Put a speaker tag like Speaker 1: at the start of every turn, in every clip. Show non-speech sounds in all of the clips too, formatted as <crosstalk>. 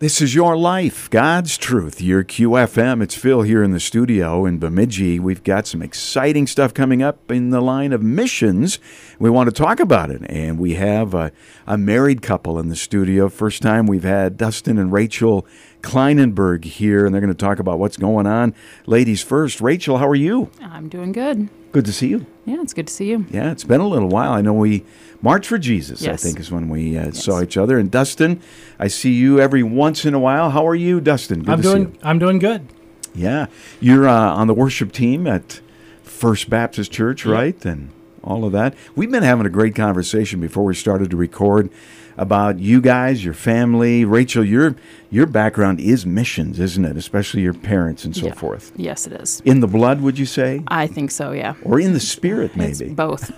Speaker 1: This is your life, God's truth, your QFM. It's Phil here in the studio in Bemidji. We've got some exciting stuff coming up in the line of missions. We want to talk about it. And we have a, a married couple in the studio. First time we've had Dustin and Rachel Kleinenberg here, and they're going to talk about what's going on. Ladies first, Rachel, how are you?
Speaker 2: I'm doing good.
Speaker 1: Good to see you.
Speaker 2: Yeah, it's good to see you.
Speaker 1: Yeah, it's been a little while. I know we March for Jesus,
Speaker 2: Yes.
Speaker 1: I think, is when we uh, saw each other. And Dustin, I see you every once in a while. How are you, Dustin? Good to
Speaker 3: I'm doing.
Speaker 1: see
Speaker 3: I'm doing good.
Speaker 1: you. Yeah. You're uh, on the worship team at First Baptist Church, right? And all of that. We've been having a great conversation before we started to record about you guys, your family. Rachel, your your background is missions, isn't it? Especially your parents and so
Speaker 2: Yeah.
Speaker 1: forth.
Speaker 2: Yes, it is.
Speaker 1: In the blood, would you say?
Speaker 2: I think so, yeah.
Speaker 1: Or in the spirit,
Speaker 2: It's
Speaker 1: maybe.
Speaker 2: both.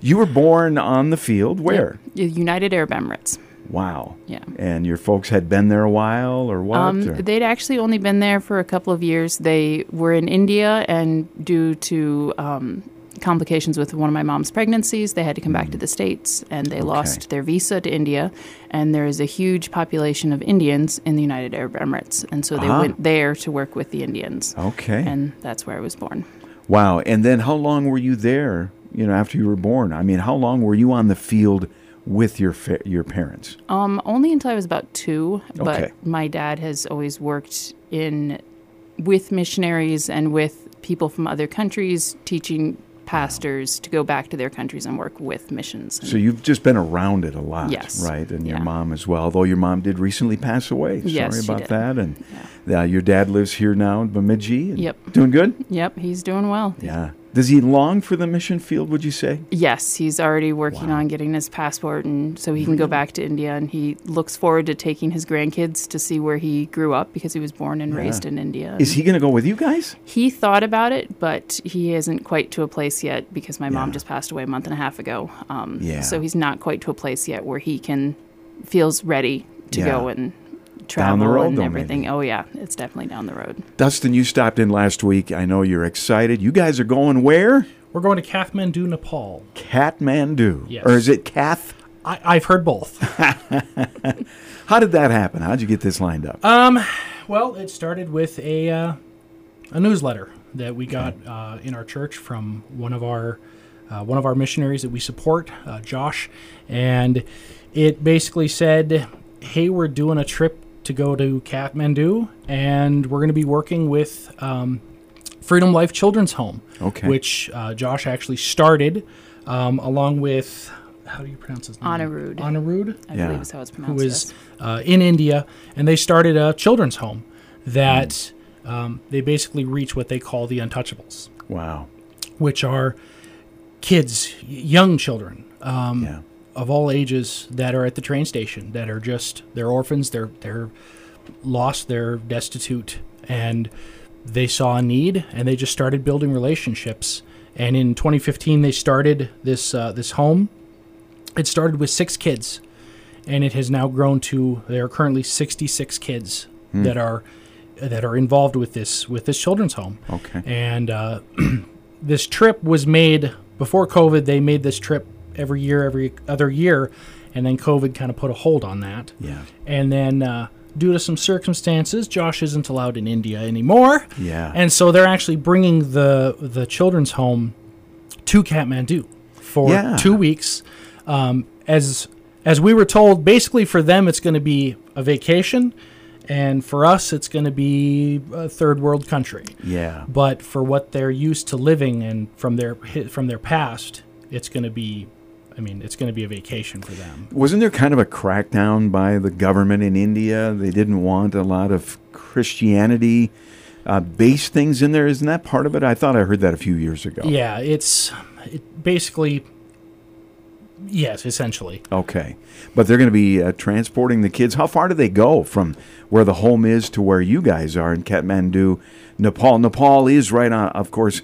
Speaker 1: <laughs> You were born on the field. Where?
Speaker 2: Yeah, United Arab Emirates.
Speaker 1: Wow.
Speaker 2: Yeah.
Speaker 1: And your folks had been there a while or what?
Speaker 2: Um,
Speaker 1: or-
Speaker 2: they'd actually only been there for a couple of years. They were in India, and due to um, complications with one of my mom's pregnancies, they had to come
Speaker 1: Hmm.
Speaker 2: back to the States, and they lost their visa to India. And there is a huge population of Indians in the United Arab Emirates, and so they
Speaker 1: Ah.
Speaker 2: went there to work with the Indians.
Speaker 1: okay.
Speaker 2: And that's where I was born.
Speaker 1: wow. And then how long were you there, you know, after you were born? I mean, how long were you on the field with your fa- your parents?
Speaker 2: Um, only until I was about two. But
Speaker 1: Okay.
Speaker 2: my dad has always worked in with missionaries and with people from other countries, teaching pastors to go back to their countries and work with missions. And
Speaker 1: So you've just been around it a lot,
Speaker 2: Yes.
Speaker 1: right? And your
Speaker 2: Yeah.
Speaker 1: mom as well, though your mom did recently pass away.
Speaker 2: Yes,
Speaker 1: Sorry
Speaker 2: she
Speaker 1: about
Speaker 2: did.
Speaker 1: that. And uh, your dad lives here now in Bemidji. and
Speaker 2: Yep.
Speaker 1: Doing good?
Speaker 2: yep, he's doing well.
Speaker 1: Yeah. Does he long for the mission field, would you say?
Speaker 2: Yes, he's already working
Speaker 1: Wow.
Speaker 2: on getting his passport, and so he can go back to India. And he looks forward to taking his grandkids to see where he grew up because he was born and raised in India.
Speaker 1: Is he going to go with you guys?
Speaker 2: He thought about it, but he isn't quite to a place yet because my mom
Speaker 1: Yeah.
Speaker 2: just passed away a month and a half ago. Um,
Speaker 1: Yeah.
Speaker 2: So he's not quite to a place yet where he can feels ready to go
Speaker 1: Yeah.
Speaker 2: and travel
Speaker 1: road,
Speaker 2: and
Speaker 1: though,
Speaker 2: everything.
Speaker 1: maybe.
Speaker 2: Oh yeah, it's definitely down the road.
Speaker 1: Dustin, you stopped in last week. I know you're excited. You guys are going where?
Speaker 3: We're going to Kathmandu, Nepal.
Speaker 1: Kathmandu.
Speaker 3: Yes.
Speaker 1: Or is it Kath?
Speaker 3: I, I've heard both.
Speaker 1: How did that happen? How'd you get this lined up?
Speaker 3: Um, well, it started with a uh, a newsletter that we got uh, in our church from one of our uh, one of our missionaries that we support, uh, Josh, and it basically said, "Hey, we're doing a trip to go to Kathmandu, and we're going to be working with." Um, Freedom Life Children's Home,
Speaker 1: Okay.
Speaker 3: which uh, Josh actually started, um, along with how do you pronounce his name?
Speaker 2: Anirudh.
Speaker 3: Anirudh
Speaker 2: I
Speaker 1: Yeah.
Speaker 2: believe is how it's
Speaker 3: who
Speaker 2: pronounced. yes.
Speaker 3: is uh, in India, and they started a children's home that um, they basically reach what they call the untouchables,
Speaker 1: wow.
Speaker 3: which are kids, y- young children um,
Speaker 1: Yeah.
Speaker 3: of all ages that are at the train station that are just they're orphans, they're they're lost, they're destitute, and they saw a need and they just started building relationships. And in 2015, they started this uh, this home. It started with six kids, and it has now grown to there are currently 66 kids
Speaker 1: Hmm.
Speaker 3: that are that are involved with this with this children's home.
Speaker 1: Okay.
Speaker 3: And uh, <clears throat> this trip was made before COVID. They made this trip every year, every other year, and then COVID kind of put a hold on that.
Speaker 1: Yeah.
Speaker 3: And then, uh, due to some circumstances, Josh isn't allowed in India anymore.
Speaker 1: Yeah.
Speaker 3: And so they're actually bringing the the children's home to Kathmandu for
Speaker 1: Yeah.
Speaker 3: two weeks. Um, as as we were told, basically for them it's going to be a vacation, and for us it's going to be a third world country
Speaker 1: yeah.
Speaker 3: but for what they're used to living and from their from their past, it's going to be, I mean, it's going to be a vacation for them.
Speaker 1: Wasn't there kind of a crackdown by the government in India? They didn't want a lot of Christianity uh, based things in there. Isn't that part of it? I thought I heard that a few years ago.
Speaker 3: Yeah, it's it basically, yes, essentially.
Speaker 1: Okay. But they're going to be uh, transporting the kids. How far do they go from where the home is to where you guys are in Kathmandu, Nepal? Nepal is right on, of course,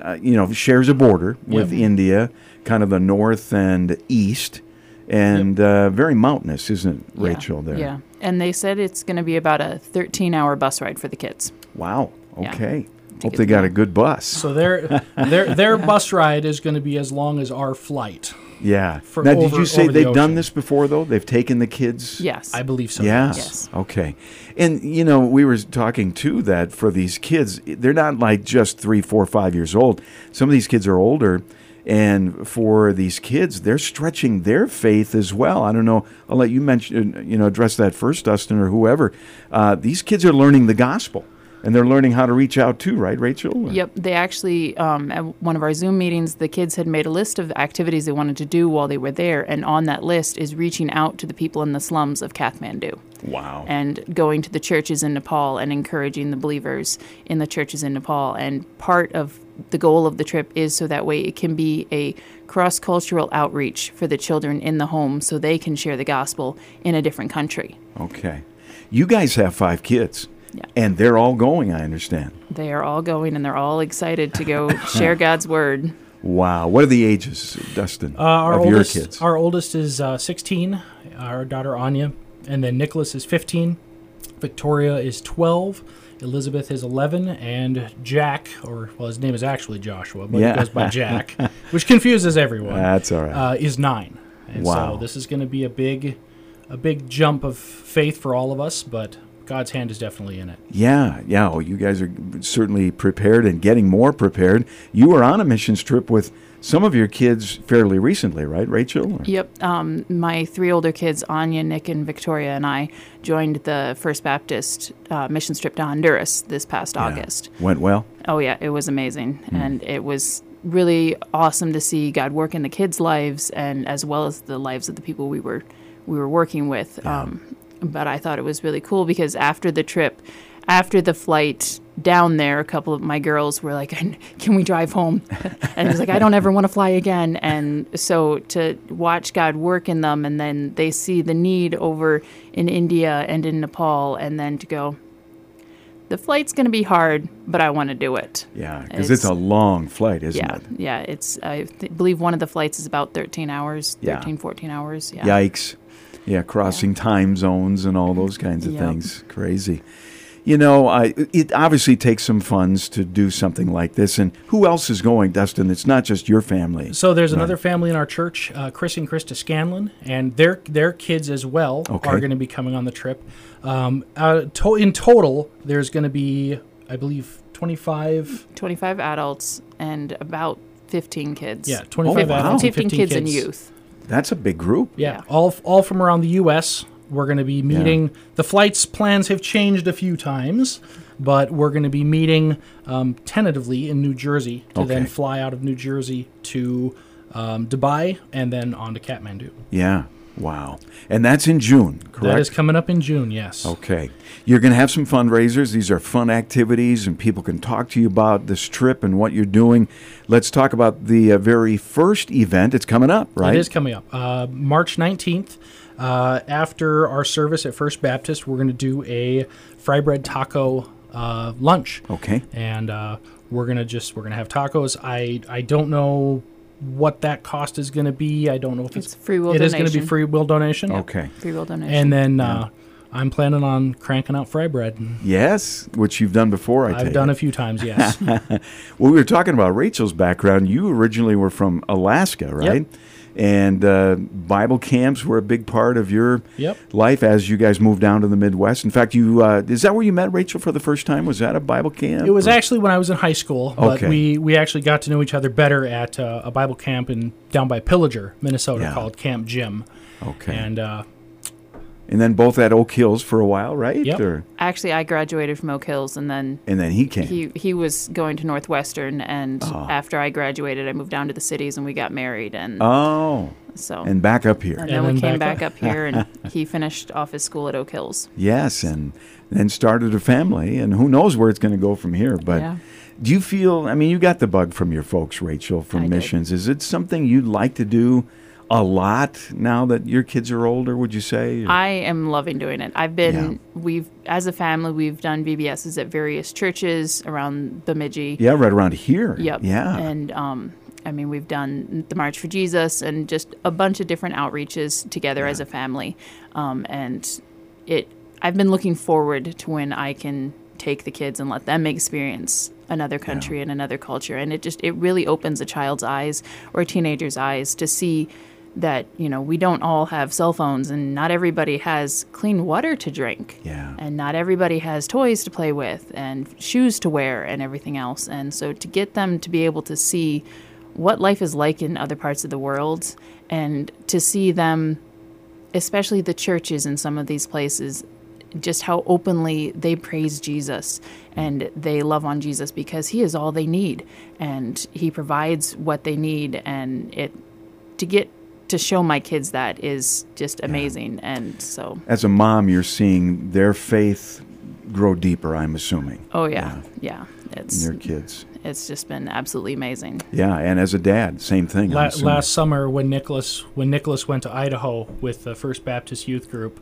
Speaker 1: uh, you know, shares a border with India, kind of the north and east, and uh, very mountainous, isn't it,
Speaker 2: Yeah,
Speaker 1: Rachel? There.
Speaker 2: Yeah. And they said it's going to be about a 13-hour bus ride for the kids.
Speaker 1: Wow.
Speaker 2: Yeah.
Speaker 1: Okay. Hope
Speaker 2: get
Speaker 1: they got
Speaker 2: them.
Speaker 1: a good bus.
Speaker 3: So their their their bus ride is going to be as long as our flight.
Speaker 1: Yeah.
Speaker 3: For
Speaker 1: now, did
Speaker 3: over-
Speaker 1: you say
Speaker 3: over the
Speaker 1: they've done
Speaker 3: ocean.
Speaker 1: this before though? They've taken the kids.
Speaker 2: Yes.
Speaker 3: I believe so.
Speaker 1: Yes.
Speaker 2: Yes.
Speaker 1: Okay. And you know, we were talking too that for these kids, they're not like just three, four, five years old. Some of these kids are older, and for these kids, they're stretching their faith as well. I don't know. I'll let you mention, you know, address that first, Dustin or whoever. Uh, these kids are learning the gospel, and they're learning how to reach out too, right, Rachel?
Speaker 2: Yep, they actually um, at one of our Zoom meetings, the kids had made a list of activities they wanted to do while they were there, and on that list is reaching out to the people in the slums of Kathmandu
Speaker 1: Wow.
Speaker 2: and going to the churches in Nepal and encouraging the believers in the churches in Nepal. And part of the goal of the trip is so that way it can be a cross cultural outreach for the children in the home so they can share the gospel in a different country.
Speaker 1: Okay. You guys have five kids,
Speaker 2: Yeah.
Speaker 1: and they're all going. I understand.
Speaker 2: They are all going and they're all excited to go share God's word.
Speaker 1: Wow. What are the ages, Dustin,
Speaker 3: Uh, our
Speaker 1: of
Speaker 3: oldest,
Speaker 1: your kids?
Speaker 3: our oldest is uh, 16. Our daughter Anya, and then Nicholas is 15. Victoria is 12. Elizabeth is 11, and Jack, or well, his name is actually Joshua, but
Speaker 1: Yeah.
Speaker 3: he
Speaker 1: <laughs>
Speaker 3: goes by Jack, which confuses everyone.
Speaker 1: That's all right.
Speaker 3: uh, is nine. And
Speaker 1: Wow.
Speaker 3: so this is going to be a big, a big jump of faith for all of us, but God's hand is definitely in it.
Speaker 1: yeah, yeah. Well, you guys are certainly prepared and getting more prepared. You were on a missions trip with some of your kids fairly recently, right, Rachel? Or-
Speaker 2: Yep. Um, my three older kids, Anya, Nick, and Victoria, and I joined the First Baptist uh, mission trip to Honduras this past
Speaker 1: Yeah.
Speaker 2: August.
Speaker 1: Went well.
Speaker 2: Oh, yeah, it was amazing. And it was really awesome to see God work in the kids' lives and as well as the lives of the people we were we were working with. Um, but I thought it was really cool because after the trip, after the flight down there, a couple of my girls were like, "Can we drive home?" <laughs> And it was like, "I don't ever want to fly again." And so to watch God work in them, and then they see the need over in India and in Nepal, and then to go, the flight's going to be hard, but I want to do it.
Speaker 1: Yeah, because it's, a long flight, isn't
Speaker 2: Yeah,
Speaker 1: it?
Speaker 2: yeah. It's I th- believe one of the flights is about 13 hours,
Speaker 1: Yeah.
Speaker 2: 13, 14 hours. Yeah.
Speaker 1: Yikes. Yeah, crossing time zones and all those kinds of
Speaker 2: Yep.
Speaker 1: things. Crazy. You know, I, it obviously takes some funds to do something like this. And who else is going, Dustin? It's not just your family.
Speaker 3: So there's another family in our church, uh, Chris and Krista Scanlon, and their their kids as well
Speaker 1: Okay.
Speaker 3: are going to be coming on the trip. Um, uh, to- in total, there's going to be, I believe, 25.
Speaker 2: 25 adults and about 15 kids.
Speaker 3: Yeah, 25
Speaker 1: wow.
Speaker 3: adults, and
Speaker 2: 15,
Speaker 3: 15
Speaker 2: kids, and youth.
Speaker 1: That's a big group.
Speaker 3: Yeah,
Speaker 2: Yeah.
Speaker 3: all all from around the U.S. We're going to be meeting. The flights plans have changed a few times, but we're going to be meeting um, tentatively in New Jersey to then
Speaker 1: Okay.
Speaker 3: fly out of New Jersey to um, Dubai and then on to Kathmandu.
Speaker 1: Yeah. Wow. And that's in June, correct?
Speaker 3: That is coming up in June. Yes.
Speaker 1: Okay. You're going to have some fundraisers. These are fun activities, and people can talk to you about this trip and what you're doing. Let's talk about the uh, very first event. It's coming up, right?
Speaker 3: It is coming up. Uh, March 19th, uh, after our service at First Baptist, we're going to do a fry bread taco uh, lunch.
Speaker 1: Okay.
Speaker 3: And uh, we're going to just, we're going to have tacos. I, I don't know what that cost is going to be. I don't know if it's,
Speaker 2: It's free will
Speaker 3: It is
Speaker 2: donation.
Speaker 3: going to be free will donation.
Speaker 1: Okay.
Speaker 2: Free will donation.
Speaker 3: And then uh, I'm planning on cranking out fry bread.
Speaker 1: Yes, which you've done before, I
Speaker 3: I've
Speaker 1: take
Speaker 3: done
Speaker 1: it.
Speaker 3: a
Speaker 1: <laughs>
Speaker 3: few times, yes.
Speaker 1: Well, we were talking about Rachel's background. You originally were from Alaska, right? And uh, Bible camps were a big part of your
Speaker 3: Yep.
Speaker 1: life as you guys moved down to the Midwest. In fact, you uh, is that where you met Rachel for the first time? Was that a Bible camp?
Speaker 3: It was
Speaker 1: or-
Speaker 3: actually when I was in high school, but
Speaker 1: Okay.
Speaker 3: we, we actually got to know each other better at uh, a Bible camp in down by Pillager, Minnesota,
Speaker 1: Yeah.
Speaker 3: called Camp Jim.
Speaker 1: okay. And,
Speaker 3: And uh,
Speaker 1: then both at Oak Hills for a while, right?
Speaker 3: Yep.
Speaker 1: Or-
Speaker 2: Actually, I graduated from Oak Hills and then
Speaker 1: and then he came.
Speaker 2: he, he was going to Northwestern. And
Speaker 1: Ah.
Speaker 2: after I graduated, I moved down to the cities and we got married. And
Speaker 1: oh,
Speaker 2: so.
Speaker 1: and back up here.
Speaker 2: and
Speaker 3: And
Speaker 2: then we
Speaker 3: then
Speaker 2: came
Speaker 3: back
Speaker 2: back up
Speaker 1: <laughs>
Speaker 2: here, and he finished off his school at Oak Hills.
Speaker 1: Yes, and then started a family, and who knows where it's going to go from here. But
Speaker 2: Yeah.
Speaker 1: do you feel? I mean, you got the bug from your folks, Rachel,
Speaker 2: I
Speaker 1: from
Speaker 2: did.
Speaker 1: missions. Is it something you like to do a lot now that your kids are older? Would you say?
Speaker 2: I am loving doing it. I've been we've as a family we've done VBSs at various churches around Bemidji.
Speaker 1: yeah, right around here.
Speaker 2: Yep.
Speaker 1: Yeah.
Speaker 2: And um, I mean we've done the March for Jesus and just a bunch of different outreaches together as a family. Um, and it I've been looking forward to when I can take the kids and let them experience another country and another culture and it just it really opens a child's eyes or a teenager's eyes to see that you know we don't all have cell phones and not everybody has clean water to drink
Speaker 1: Yeah.
Speaker 2: and not everybody has toys to play with and shoes to wear and everything else and so to get them to be able to see what life is like in other parts of the world and to see them especially the churches in some of these places, just how openly they praise Jesus and they love on Jesus because he is all they need and he provides what they need and it to get to show my kids that is just amazing and so
Speaker 1: As a mom, you're seeing their faith grow deeper, I'm assuming,
Speaker 2: oh yeah yeah,
Speaker 1: in
Speaker 2: it's
Speaker 1: their kids.
Speaker 2: it's just been absolutely amazing
Speaker 1: Yeah, and as a dad, same thing. I'm
Speaker 3: La-
Speaker 1: assuming.
Speaker 3: last summer when Nicholas when Nicholas went to Idaho with the First Baptist Youth Group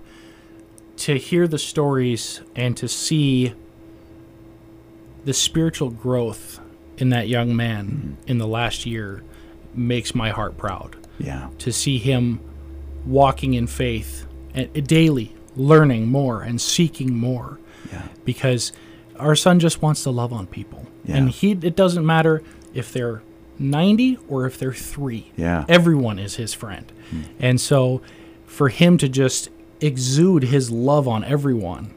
Speaker 3: to hear the stories and to see the spiritual growth in that young man
Speaker 1: Mm-hmm.
Speaker 3: in the last year makes my heart proud
Speaker 1: Yeah.
Speaker 3: to see him walking in faith and eh, daily learning more and seeking more
Speaker 1: Yeah.
Speaker 3: because our son just wants to love on people and
Speaker 1: Yeah.
Speaker 3: he it doesn't matter if they're 90 or if they're 3
Speaker 1: Yeah. Hmm.
Speaker 3: everyone is his friend and so for him to just exude his love on everyone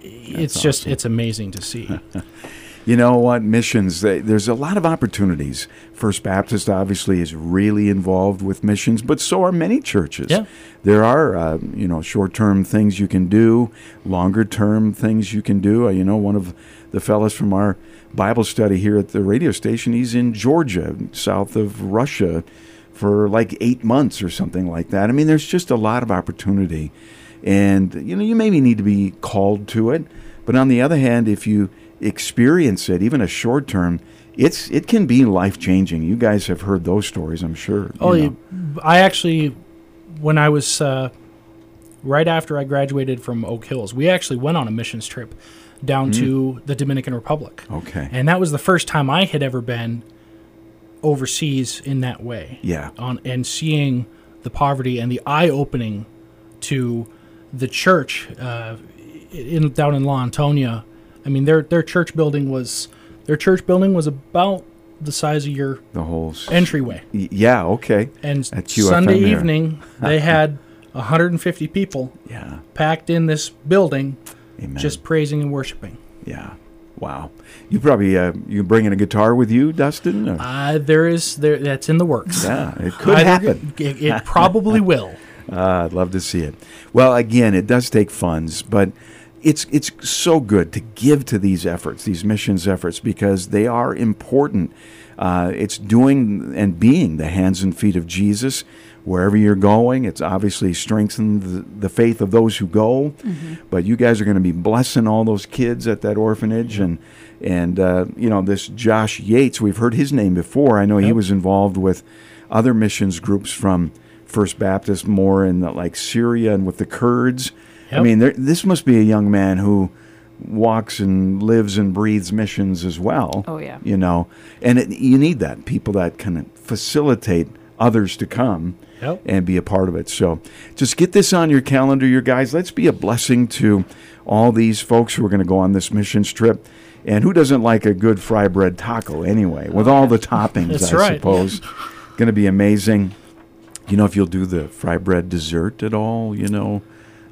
Speaker 3: it's just it's amazing to see
Speaker 1: <laughs> You know what? Missions, they, there's a lot of opportunities. First Baptist obviously is really involved with missions, but so are many churches.
Speaker 3: Yeah.
Speaker 1: There are, uh, you know, short term things you can do, longer term things you can do. Uh, You know, one of the fellas from our Bible study here at the radio station, he's in Georgia, south of Russia, for like eight months or something like that. I mean, there's just a lot of opportunity. And, you know, you maybe need to be called to it. But on the other hand, if you experience it, even a short term, it's it can be life changing. You guys have heard those stories, I'm sure. you
Speaker 3: Oh,
Speaker 1: know.
Speaker 3: you I actually, when I was uh, right after I graduated from Oak Hills, we actually went on a missions trip
Speaker 1: Hmm.
Speaker 3: down to the Dominican Republic,
Speaker 1: Okay.
Speaker 3: and that was the first time I had ever been overseas in that way.
Speaker 1: yeah.
Speaker 3: On and seeing the poverty and the eye opening to the church uh, in down in La Antonia. I mean, their their church building was their church building was about the size of your
Speaker 1: The whole s-
Speaker 3: entryway.
Speaker 1: y- Yeah, okay.
Speaker 3: And
Speaker 1: At QFM
Speaker 3: Sunday
Speaker 1: there.
Speaker 3: evening,
Speaker 1: <laughs>
Speaker 3: they had 150 people
Speaker 1: Yeah.
Speaker 3: packed in this building
Speaker 1: Amen.
Speaker 3: just praising and worshiping.
Speaker 1: yeah. Wow. You probably uh, you bringing a guitar with you, Dustin? Or-
Speaker 3: Uh, there is there that's in the works.
Speaker 1: yeah, it could
Speaker 3: Either-
Speaker 1: happen.
Speaker 3: It,
Speaker 1: <laughs>
Speaker 3: it probably will.
Speaker 1: Ah, I'd love to see it. Well, again, it does take funds, but it's it's so good to give to these efforts, these missions efforts, because they are important. Uh, it's doing and being the hands and feet of Jesus wherever you're going. It's obviously strengthened the, the faith of those who go, but you guys are going to be blessing all those kids at that orphanage and and uh, you know this Josh Yates. We've heard his name before. I know he was involved with other missions groups from First Baptist more in the, like Syria and with the Kurds. I
Speaker 3: Yep.
Speaker 1: mean, there, this must be a young man who walks and lives and breathes missions as well.
Speaker 2: Oh, yeah.
Speaker 1: you know, and it, you need that people that can facilitate others to come
Speaker 3: Yep.
Speaker 1: and be a part of it. So just get this on your calendar, you guys. Let's be a blessing to all these folks who are going to go on this missions trip. And who doesn't like a good fry bread taco anyway, with all the toppings,
Speaker 3: Oh, That's
Speaker 1: I
Speaker 3: right. <laughs>
Speaker 1: suppose? going to be amazing. You know, if you'll do the fry bread dessert at all, you know,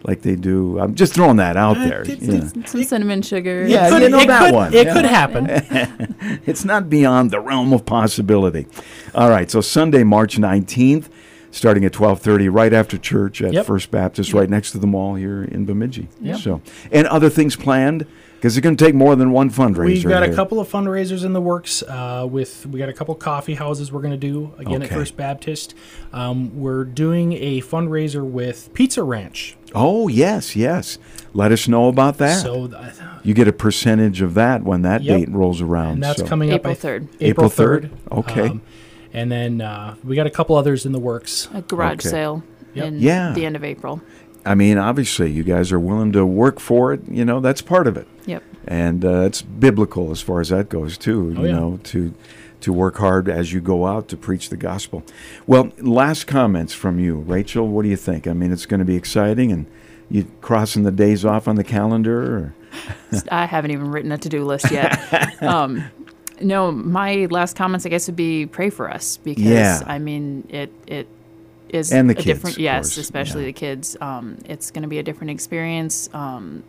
Speaker 1: like they do. I'm just throwing that out there. Yeah.
Speaker 2: <laughs> some cinnamon sugar
Speaker 1: Yeah. you know
Speaker 3: it
Speaker 1: that
Speaker 3: could,
Speaker 1: one,
Speaker 3: It
Speaker 1: yeah.
Speaker 3: could happen.
Speaker 1: It's not beyond the realm of possibility. All right, so Sunday, March 19th, starting at 12:30 right after church at
Speaker 3: Yep.
Speaker 1: First Baptist right next to the mall here in Bemidji.
Speaker 3: Yep.
Speaker 1: So, and other things planned because it's going to take more than one fundraiser.
Speaker 3: We've got a
Speaker 1: here.
Speaker 3: couple of fundraisers in the works. Uh, with we got a couple coffee houses we're going to do again
Speaker 1: Okay.
Speaker 3: at First Baptist. Um, we're doing a fundraiser with Pizza Ranch.
Speaker 1: Oh, yes, yes. Let us know about that.
Speaker 3: So th-
Speaker 1: you get a percentage of that when that
Speaker 3: Yep.
Speaker 1: date rolls around.
Speaker 3: and that's
Speaker 1: so-
Speaker 3: coming
Speaker 2: April
Speaker 3: up I th-
Speaker 2: 3rd.
Speaker 1: April
Speaker 3: April
Speaker 1: 3rd?
Speaker 3: third. Um,
Speaker 1: Okay.
Speaker 3: and then uh, we got a couple others in the works.
Speaker 2: a garage
Speaker 1: Okay.
Speaker 2: sale
Speaker 3: Yep.
Speaker 2: in
Speaker 1: Yeah.
Speaker 2: the end of April
Speaker 1: I mean, obviously, you guys are willing to work for it. You know, that's part of it. <laughs>
Speaker 2: yep
Speaker 1: and uh, it's biblical as far as that goes too.
Speaker 3: Oh,
Speaker 1: you
Speaker 3: yeah.
Speaker 1: know, to to work hard as you go out to preach the gospel. Well, last comments from you, Rachel. What do you think? I mean, it's going to be exciting, and You crossing the days off on the calendar? Or?
Speaker 2: I haven't even written a to do
Speaker 1: <laughs>
Speaker 2: list yet. um, no, my last comments, I guess, would be pray for us because
Speaker 1: Yeah.
Speaker 2: I mean it it is
Speaker 1: And the
Speaker 2: a
Speaker 1: kids,
Speaker 2: different
Speaker 1: of
Speaker 2: yes,
Speaker 1: course,
Speaker 2: especially
Speaker 1: yeah.
Speaker 2: the kids. Um, it's going to be a different experience. Um,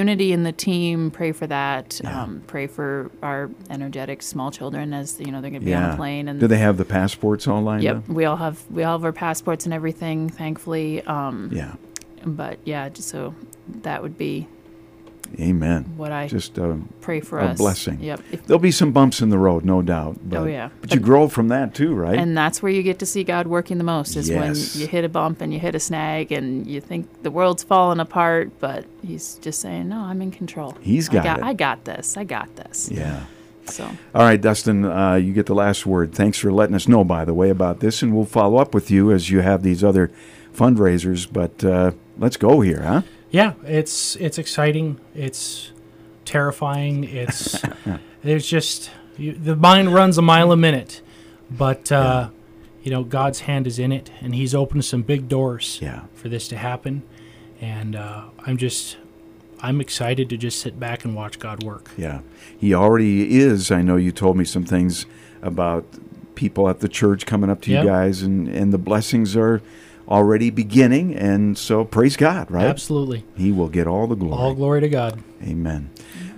Speaker 2: unity in the team. Pray for that. Um, pray for our energetic small children as you know they're going to be on a plane and
Speaker 1: Do they have the passports all lined
Speaker 2: yep,
Speaker 1: up?
Speaker 2: we all have we all have our passports and everything, thankfully. Um,
Speaker 1: Yeah.
Speaker 2: But yeah, just so that would be
Speaker 1: Amen.
Speaker 2: what I
Speaker 1: Just um,
Speaker 2: pray for
Speaker 1: a
Speaker 2: us.
Speaker 1: blessing.
Speaker 2: Yep. If-
Speaker 1: there'll be some bumps in the road, no doubt. But,
Speaker 2: Oh, yeah.
Speaker 1: But you grow from that too, right?
Speaker 2: and that's where you get to see God working the most is
Speaker 1: Yes.
Speaker 2: when you hit a bump and you hit a snag and you think the world's falling apart, but He's just saying, "No, I'm in control.
Speaker 1: He's
Speaker 2: I
Speaker 1: got
Speaker 2: got
Speaker 1: it."
Speaker 2: I got this. I got this."
Speaker 1: yeah.
Speaker 2: So
Speaker 1: All right, Dustin, uh, you get the last word. Thanks for letting us know, by the way, about this, and we'll follow up with you as you have these other fundraisers. But uh, let's go here, huh?
Speaker 3: yeah it's it's exciting it's terrifying
Speaker 1: <laughs>
Speaker 3: it's there's just you, the mind runs a mile a minute but uh, you know god's hand is in it and he's opened some big doors
Speaker 1: Yeah.
Speaker 3: for this to happen and uh, i'm just i'm excited to just sit back and watch god work
Speaker 1: Yeah. He already is. I know you told me some things about people at the church coming up to
Speaker 3: Yeah.
Speaker 1: you guys, and, and the blessings are already beginning. And so praise God, right?
Speaker 3: absolutely
Speaker 1: He will get all the glory.
Speaker 3: all glory to god
Speaker 1: Amen.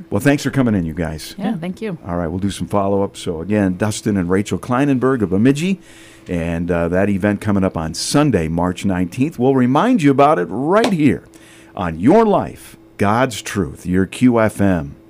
Speaker 1: Well, thanks for coming in, you guys.
Speaker 2: yeah, thank you.
Speaker 1: All right, we'll do some follow up. So, again, Dustin and Rachel Kleinenberg of Bemidji, and uh, that event coming up on Sunday, March 19th. We'll remind you about it right here on Your Life, God's Truth, your QFM.